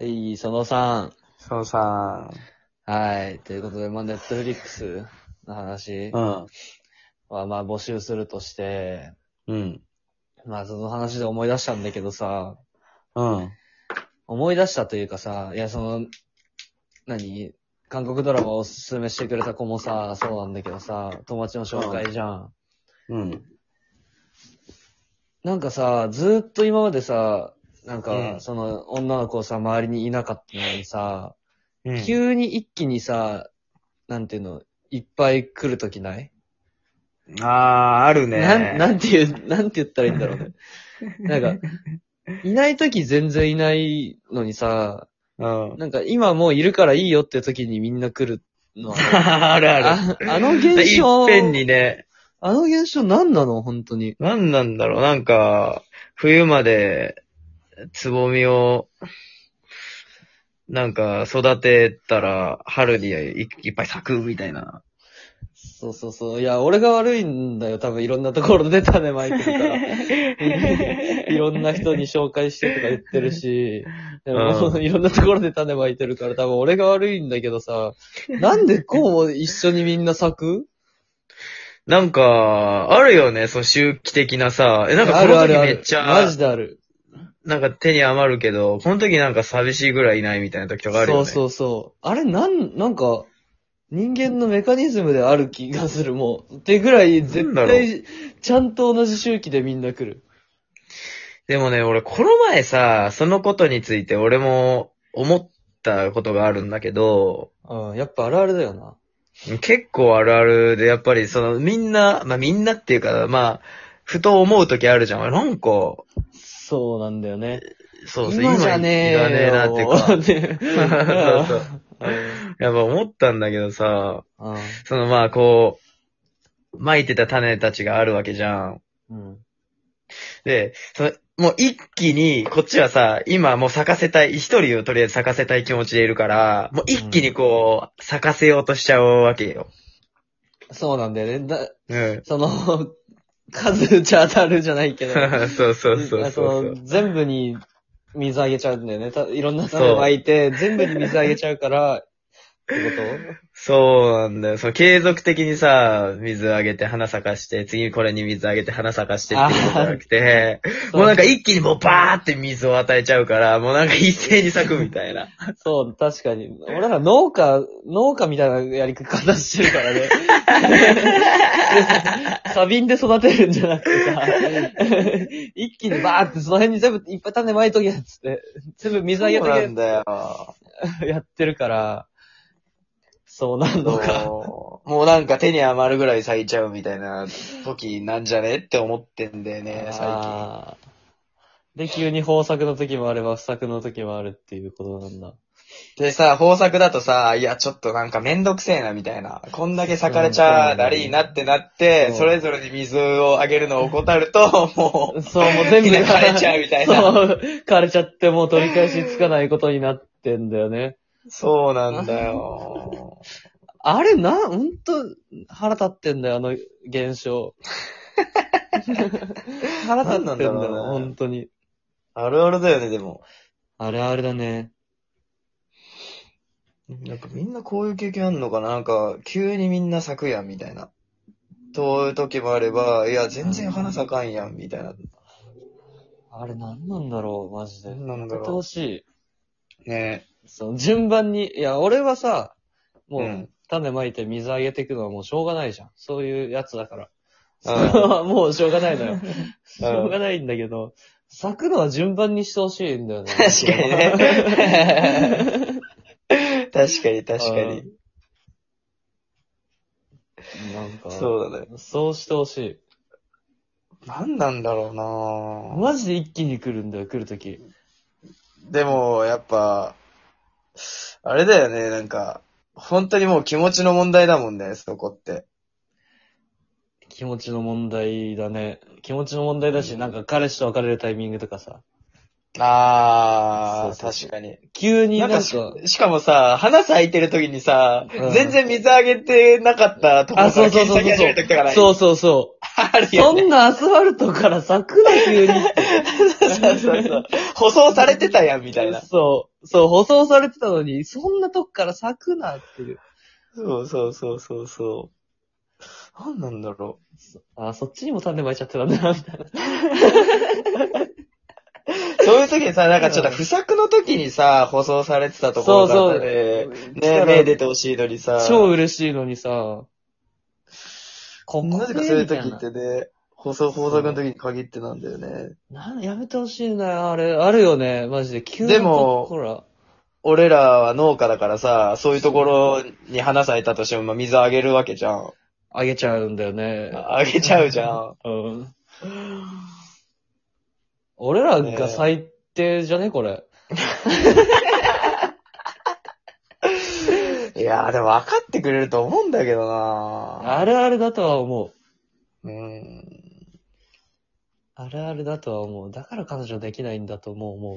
はい、その3。そのさ、はい。ということで、まあ、ネットフリックスの話うん。は、まあ、募集するとして、うん。まあ、その話で思い出したんだけどさ、うん。思い出したというかさ、いや、その、何韓国ドラマをおすすめしてくれた子もさ、そうなんだけどさ、友達の紹介じゃん。うん。なんかさ、ずーっと今までさ、なんか、うんその、女の子さ、周りにいなかったのにさ、うん急に一気にさ、なんていうの、いっぱい来るときないあー、あるね。なん、なんていう、なんて言ったらいいんだろうね。 なんか、いないとき全然いないのにさ、うん。なんか今もういるからいいよって時にみんな来るのはあるある。 ああの現象、いっぺんにね、あの現象何なの本当に。なんなんだろう、なんか、冬まで、つぼみを、なんか、育てたら、春にいいっぱい咲くみたい な。そうそうそう。いや、俺が悪いんだよ。多分いろんなところで出たね、マイクから。 いろんな人に紹介してとか言ってる し、でも、ういろんなところで種まいてるから多分俺が悪いんだけどさ、なんでこうも一緒にみんな咲くなんか、あるよね、そう、周期的なさ。え、なんか、あこるのあ時るあめるっち。ゃマ、ジである。なんか手に余るけど、この時なんか寂しいぐらいいないみたいな時とかあるそよね。うそうそう。あれ、なん、なんか、人間のメカニズムである気がする、もう。ってぐらい、絶なんだろ対、ちゃんと同じ周期でみんな来る。でもね、俺、この前さ、そのことについて俺も思ったことがあるんだけど、うん、やっぱあるあるだよな。結構あるあるで、やっぱりその、みんな、まあみんなっていうか、まあ、ふと思う時あるじゃん。なんか、そうなんだよね。そうそう、今じゃねえよ。今いらねえなっていうか。そうそう。 うやっぱ思ったんだけどさ、んそのまあこう、撒いてた種たちがあるわけじゃん。うん。で、その、もう一気に、こっちはさ、今もう咲かせたい、一人をとりあえず咲かせたい気持ちでいるから、もう一気にこう、咲かせようとしちゃうわけよ。そうなんだよね。だうん。その、数じゃ当たるじゃないけど。 そうそうそうあそそうの。全部に水あげちゃうんだよね。たいろんな種まいて、全部に水あげちゃうから、ってこそうなんだよ。その継続的にさ、水あげて花咲かして、次これに水あげて花咲かしてっていうことじゃなく て、ともうなんか一気にもうバーって水を与えちゃうから、もうなんか一斉に咲くみたいな。そう、確かに。俺ら農家、農家みたいなやり方してるから ね。花瓶で育てるんじゃなくてさ、一気にバーってその辺に全部いっぱい種まいとけっつって、全部水あげとそうけなっんだよ。てやってるから、そうなんのか。そうもうなんか手に余るぐらい咲いちゃうみたいな時なんじゃねって思ってんだよね、最近。あーで、急に豊作の時もあれば不作の時もあるっていうことなんだ。でさ、豊作だとさ、いや、ちょっとなんかめんどくせえなみたいな。こんだけ咲かれちゃだりーなってなって、そうそれぞれに水をあげるのを怠ると、 もう、そう、もう全部みんな枯れちゃうみたい なそう、枯れちゃってもう取り返しつかないことになってんだよね。そうなんだよ。あれな、ほんと、腹立ってんだよ、あの現 象。腹立ってんだよ、なんなんだろうほねんとに。あるあるだよね、でも。あれあれだね。やっぱみんなこういう経験あんのかななんか、急にみんな咲くやん、みたいな。という時もあれば、いや、全然花咲かんやん、みたいな。あれなんなんだろう、マジで。なんなんだやろうってほしい。ねその順番に、いや、俺はさ、もう、うん種まいて水あげていくのはもうしょうがないじゃん。そういうやつだから。そうんれはもうしょうがないの よ。しょうがないんだけど、咲くのは順番にしてほしいんだよね。 確か にね。確かに、確かに。なんか、そうそうだね。してほしい。なんなんだろうなぁマジで一気に来るんだよ、来るとき。でも、やっぱ、あれだよね、なんか、本当にもう気持ちの問題だもんね、そこって。気持ちの問題だね。気持ちの問題だし、なんか彼氏と別れるタイミングとかさ。あそうー、確かに。急にななんんかか、し、しかもさ、花咲いてる時にさ、うん全然水あげてなかったところあ、かそらうそう検そうそう索始める時とかない。。そううそうそあう。るよそね。んなアスファルトから咲くな、急にって。そうそうそう。 舗装されてたやん、みたいな。そう、そう、舗装されてたのに、そんなとこから咲くなっていう。そうそうそうそうそう。なんなんだろあ、そっちにも種まいちゃってたんだな、みたいな。う。そういう時にさ、なんかちょっと不作の時にさ、舗装されてたとこそろうそだう。っただね。かね、ら目出てほしいのにさ。超嬉しいのにさ、ここなぜかねそういうみたい時なってね、舗装、そう法則の時に限ってなんだよね。なんやめてほしいなよ、あれ。あるよね、マジで。急でもほら。俺らは農家だからさ、そういうところに花咲いたとしても、まあ、水あげるわけじゃん。あげちゃうんだよね。あげちゃうじゃん。うん。俺らが最低じゃね、これ。いやーでも分かってくれると思うんだけどなあるあるだとは思う。うん。あるあるだとは思う。だから彼女できないんだともう思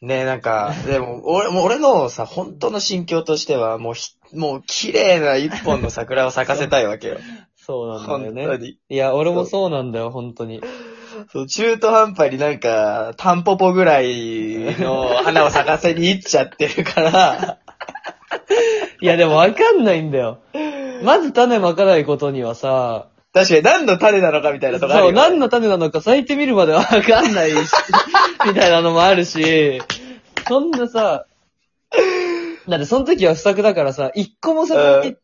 う。ねなんか、でも、俺、もう俺のさ、本当の心境としては、もうひ、もう綺麗な一本の桜を咲かせたいわけよ。そうなんだ本よね。当に。いや、俺もそうなんだよ、本当に。そう、中途半端になんか、タンポポぐらいの花を咲かせに行っちゃってる から、いや、でもわかんないんだよ。まず種まかないことにはさ、確かに何の種なのかみたいなとこあるそよう、ね何の種なのか咲いてみるまでわかんないし、 みたいなのもあるし、そんなさ、だってその時は不作だからさ、一個も咲かない、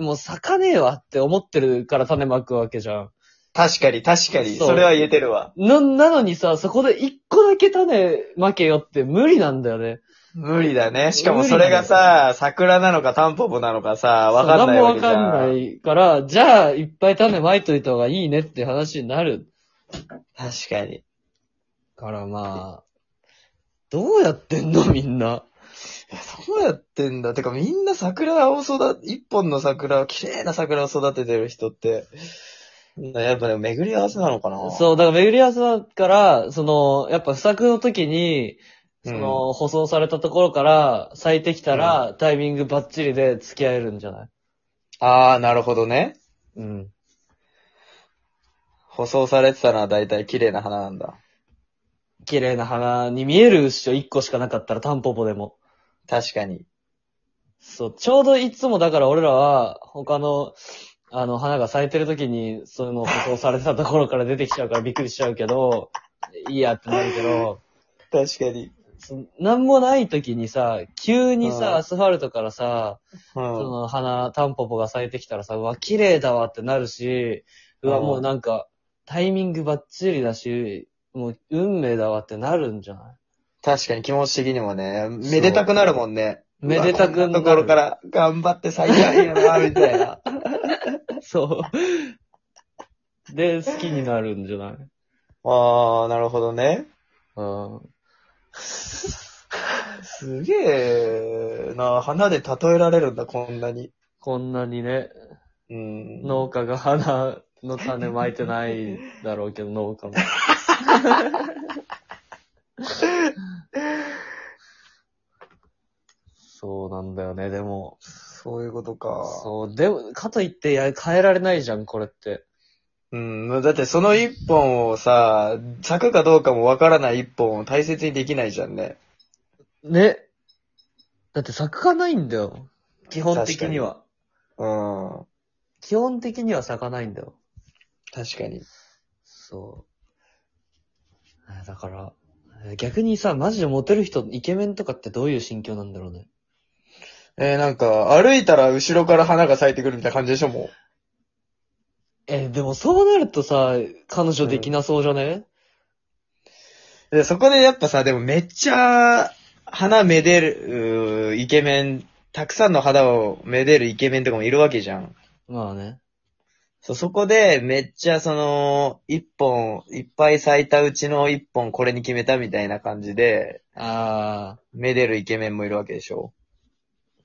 もう咲かねえわって思ってるから種まくわけじゃん。確かに、確かに。そうそれは言えてるわ。な、なのにさ、そこで一個だけ種まけよって無理なんだよね。無理だね。しかもそれがさ、桜なのかタンポポなのかさ、わかんないわけじゃん。何もわかんないから、じゃあいっぱい種まいといた方がいいねって話になる。確かに。からまあ、どうやってんのみんな。どうやってんだてかみんな桜を育て、一本の桜を、綺麗な桜を育ててる人って、やっぱね、巡り合わせなのかなそう、だから巡り合わせだから、その、やっぱ不作の時に、その、舗装されたところから咲いてきたら、タイミングバッチリで付き合えるんじゃないあー、なるほどね。うん。舗装されてたのは大体綺麗な花なんだ。綺麗な花に見えるっしょ、一個しかなかったらタンポポでも。確かに。そう、ちょうどいつもだから俺らは、他の、あの、花が咲いてる時に、そういうのを舗装されてたところから出てきちゃうからびっくりしちゃうけど、いいやってなるけど、確かに。そなんもない時にさ、急にうんさ、アスファルトからさ、その花、タンポポが咲いてきたらさ、うわ、綺麗だわってなるし、うわ、うんもうなんか、タイミングバッチリだし、もう運命だわってなるんじゃない確かに気持ち的にもね、めでたくなるもんね。めでたくななるところから頑張って最大やな、みた いな。そう。で、好きになるんじゃないああ、なるほどね。うん。すげえな、花で例えられるんだ、こんなに。こんなにね、うん。農家が花の種まいてないだろうけど、農家も。 そうなんだよね、でも。そういうことか。そう、でも、かといってや変えられないじゃん、これって。うん。だってその一本をさ、咲くかどうかもわからない一本を大切にできないじゃんね。ね。だって咲かないんだよ。基本的には。うん。基本的には咲かないんだよ。確かに。そう。えだから、え逆にさ、マジでモテる人、イケメンとかってどういう心境なんだろうね。えー、なんか、歩いたら後ろから花が咲いてくるみたいな感じでしょ、もう。え、でもそうなるとさ、彼女できなそうじゃね、で、そこでやっぱさ、でもめっちゃ、花めでる、うーイケメン、たくさんの花をめでるイケメンとかもいるわけじゃん。まあね。そうそこで、めっちゃその、一本、いっぱい咲いたうちの一本これに決めたみたいな感じで、ああ、めでるイケメンもいるわけでしょ。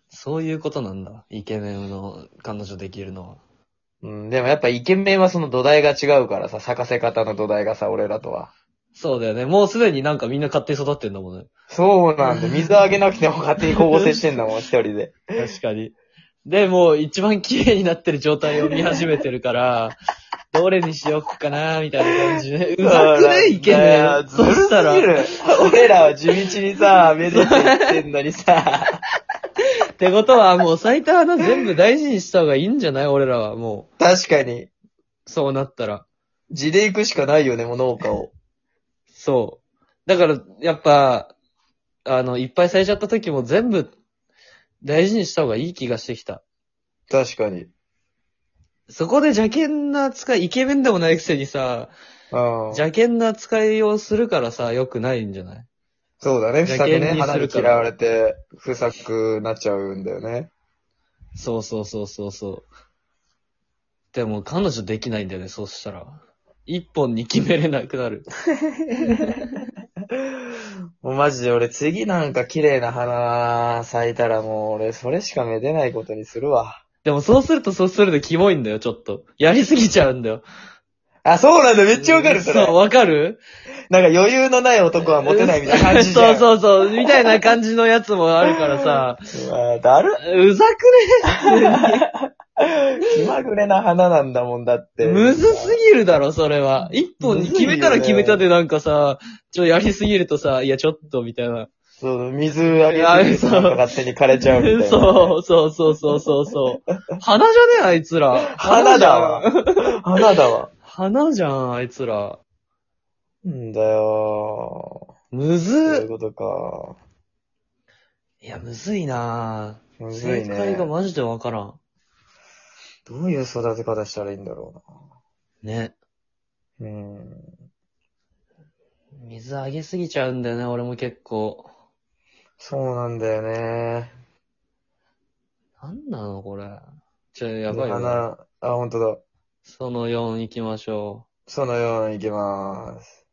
そういうことなんだ。イケメンの彼女できるのは。うん、でもやっぱイケメンはその土台が違うからさ、咲かせ方の土台がさ、俺らとは。そうだよね。もうすでになんかみんな勝手に育ってんだもんね。そうなんだ。水あげなくても勝手に光合成してんだもん、一人で。確かに。で、もう一番綺麗になってる状態を見始めてる から、どれにしよっかなみたいな感じで。うまくねいけんねそうなんだそよしたらず、るすぎる俺らは地道にさ、めでていってんのにさ。ってことはもう咲いた花全部大事にした方がいいんじゃない俺らはも確かに。う、そうなったら。地で行くしかないよね、もう農家を。そう。だから、やっぱ、あの、いっぱい咲いちゃった時も全部大事にした方がいい気がしてきた。確かに。そこで邪険な使い、イケメンでもないくせにさ、うん。邪険な使いをするからさ、良くないんじゃないそうだね、不作邪ね。険にす花るにから嫌われて、不作なっちゃうんだよね。そうそうそうそうそう。でも彼女できないんだよね、そうしたら。一本に決めれなくなる。もうマジで俺次なんか綺麗な花咲いたらもう俺それしかめでないことにするわ。でもそうするとそうするとキモいんだよ、ちょっと。やりすぎちゃうんだよ。あ、そうなんだ、めっちゃわかる、それ。そう、わかるなんか余裕のない男はモテないみたいな感じじゃそん。うそうそう、みたいな感じのやつもあるからさ、うわ。だるうざくね気まぐれな花なんだもんだって。むずすぎるだろ、それは。一本に決めたら決めたでなんかさ、ちょ、やりすぎるとさ、いや、ちょっと、みたいな。そう、水あげてるとなんか勝手に枯れちゃうみたいな。そう、そうそうそうそうそう。花じゃねあいつら。花だじゃん。わ。花だわ。花じゃん、あいつら。なんだよむー。そういうずことか。いや、むずいなぁ。むずい正ね解。がマジでわからん。どういう育て方したらいいんだろね。うな。うん。水あげすぎちゃうんだよね、俺も結構。そうなんだよね。なんなの、これ。ちょ、やばいよ、ね。花、あ、ほんとだ。その4行きましょう。そのようにいきまーす。